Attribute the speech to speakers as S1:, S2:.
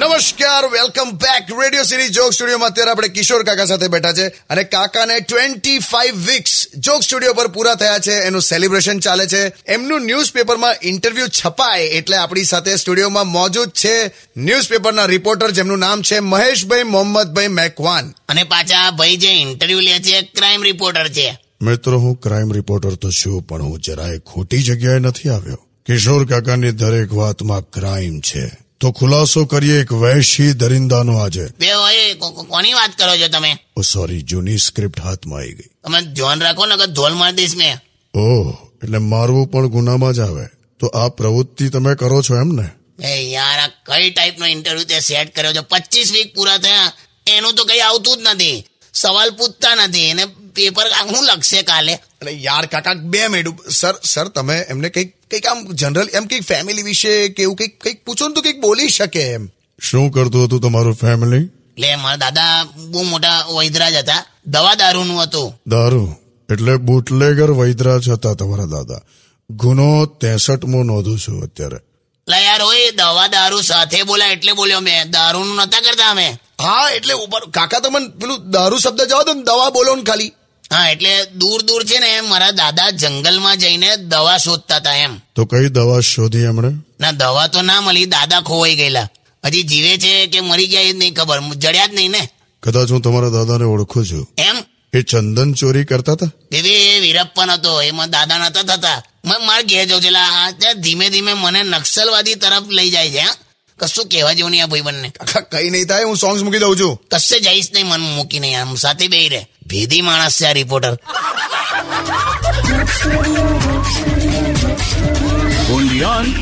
S1: નમસ્કાર welcome back radio city joke સ્ટુડિયોમાં અત્યારે આપણે કિશોર કાકા સાથે બેઠા છે અને કાકાને twenty five weeks joke studio પર પૂરા થયા છે એનું સેલિબ્રેશન ચાલે છે એમનું ન્યૂઝપેપરમાં ઇન્ટરવ્યુ છપાય એટલે આપણી સાથે સ્ટુડિયોમાં મોજૂદ છે ન્યૂઝપેપરના રિપોર્ટર જેમનું નામ છે મહેશભાઈ મોહમ્મદભાઈ મેકવાન
S2: અને પાછા આ ભાઈ જે ઇન્ટરવ્યુ લે છે ક્રાઇમ રિપોર્ટર છે
S3: મિત્રો હું ક્રાઇમ રિપોર્ટર તો છું પણ હું જરાય ખોટી જગ્યાએ નથી આવ્યો કિશોર કાકાની દરેક વાતમાં ક્રાઇમ છે તો ખુલાસો કરીએ એક વૈશી દરિંદાનો આજે
S2: તે હોય કો- કો- કોની વાત કરો છો તમે
S3: ઓ સોરી જૂની સ્ક્રિપ્ટ હાથમાં આવી ગઈ
S2: તમે ધ્યાન રાખો ને કે ધોલ મારી દઈશ મેં
S3: ઓહ એટલે મારવું પણ ગુનામાં જ આવે તો આ પ્રવૃત્તિ તમે કરો છો એમ ને
S2: એ યાર આ કઈ ટાઈપનો ઇન્ટરવ્યુ તે સેટ કર્યો છે પચીસ વીક પૂરા થયા એનું તો કઈ આવતું જ નથી સવાલ પૂછતા નથી અને પેપર હું લખશે કાલે
S1: અને યાર કાકા બે મિનિટ સર સર તમે એમને કંઈક કંઈક આમ જનરલ એમ કંઈક ફેમિલી વિશે કે એવું કંઈક કંઈક પૂછો ને તો કંઈક બોલી શકે એમ
S3: શું કરતું હતું તમારું ફેમિલી
S2: એટલે મારા દાદા બહુ મોટા વૈદરાજ હતા દવા દારૂનું હતું
S3: દારૂ એટલે બુટલેગર વૈદરાજ હતા તમારા દાદા ગુનો તેસઠમો નોંધું છું અત્યારે
S2: એટલે યાર ઓય દવા દારૂ સાથે બોલા એટલે બોલ્યો મેં દારૂનું નતા કરતા અમે
S1: હા એટલે ઉપર કાકા તમે પેલું દારૂ શબ્દ જવા દો ને દવા બોલો ને ખાલી
S2: હા એટલે દૂર દૂર છે ને મારા દાદા જંગલમાં જઈને દવા શોધતા હતા એમ
S3: તો કઈ દવા શોધી એમણે
S2: ના દવા તો ના મળી દાદા ખોવાઈ ગયેલા હજી જીવે છે કે મરી ગયા એ જ નહીં ખબર જડ્યા જ નહીં ને
S3: કદાચ હું તમારા દાદાને ઓળખું છું
S2: એમ
S3: એ ચંદન ચોરી કરતા હતા
S2: દીદી એ વીરપ્પન હતો એમાં દાદા નતા થતા મેં માર ઘેર જવું છે એટલે આ ત્યાં ધીમે ધીમે મને નક્સલવાદી તરફ લઈ જાય છે હા કશું કહેવા જેવું નહીં આ ભાઈ બંને
S1: કાકા કઈ નહીં થાય હું સોંગ્સ મૂકી દઉં છું
S2: કશે જઈશ નહીં મન મૂકીને આમ સાથે બેહી રહે ભેદી માણસ છે આ રિપોર્ટર
S4: Only on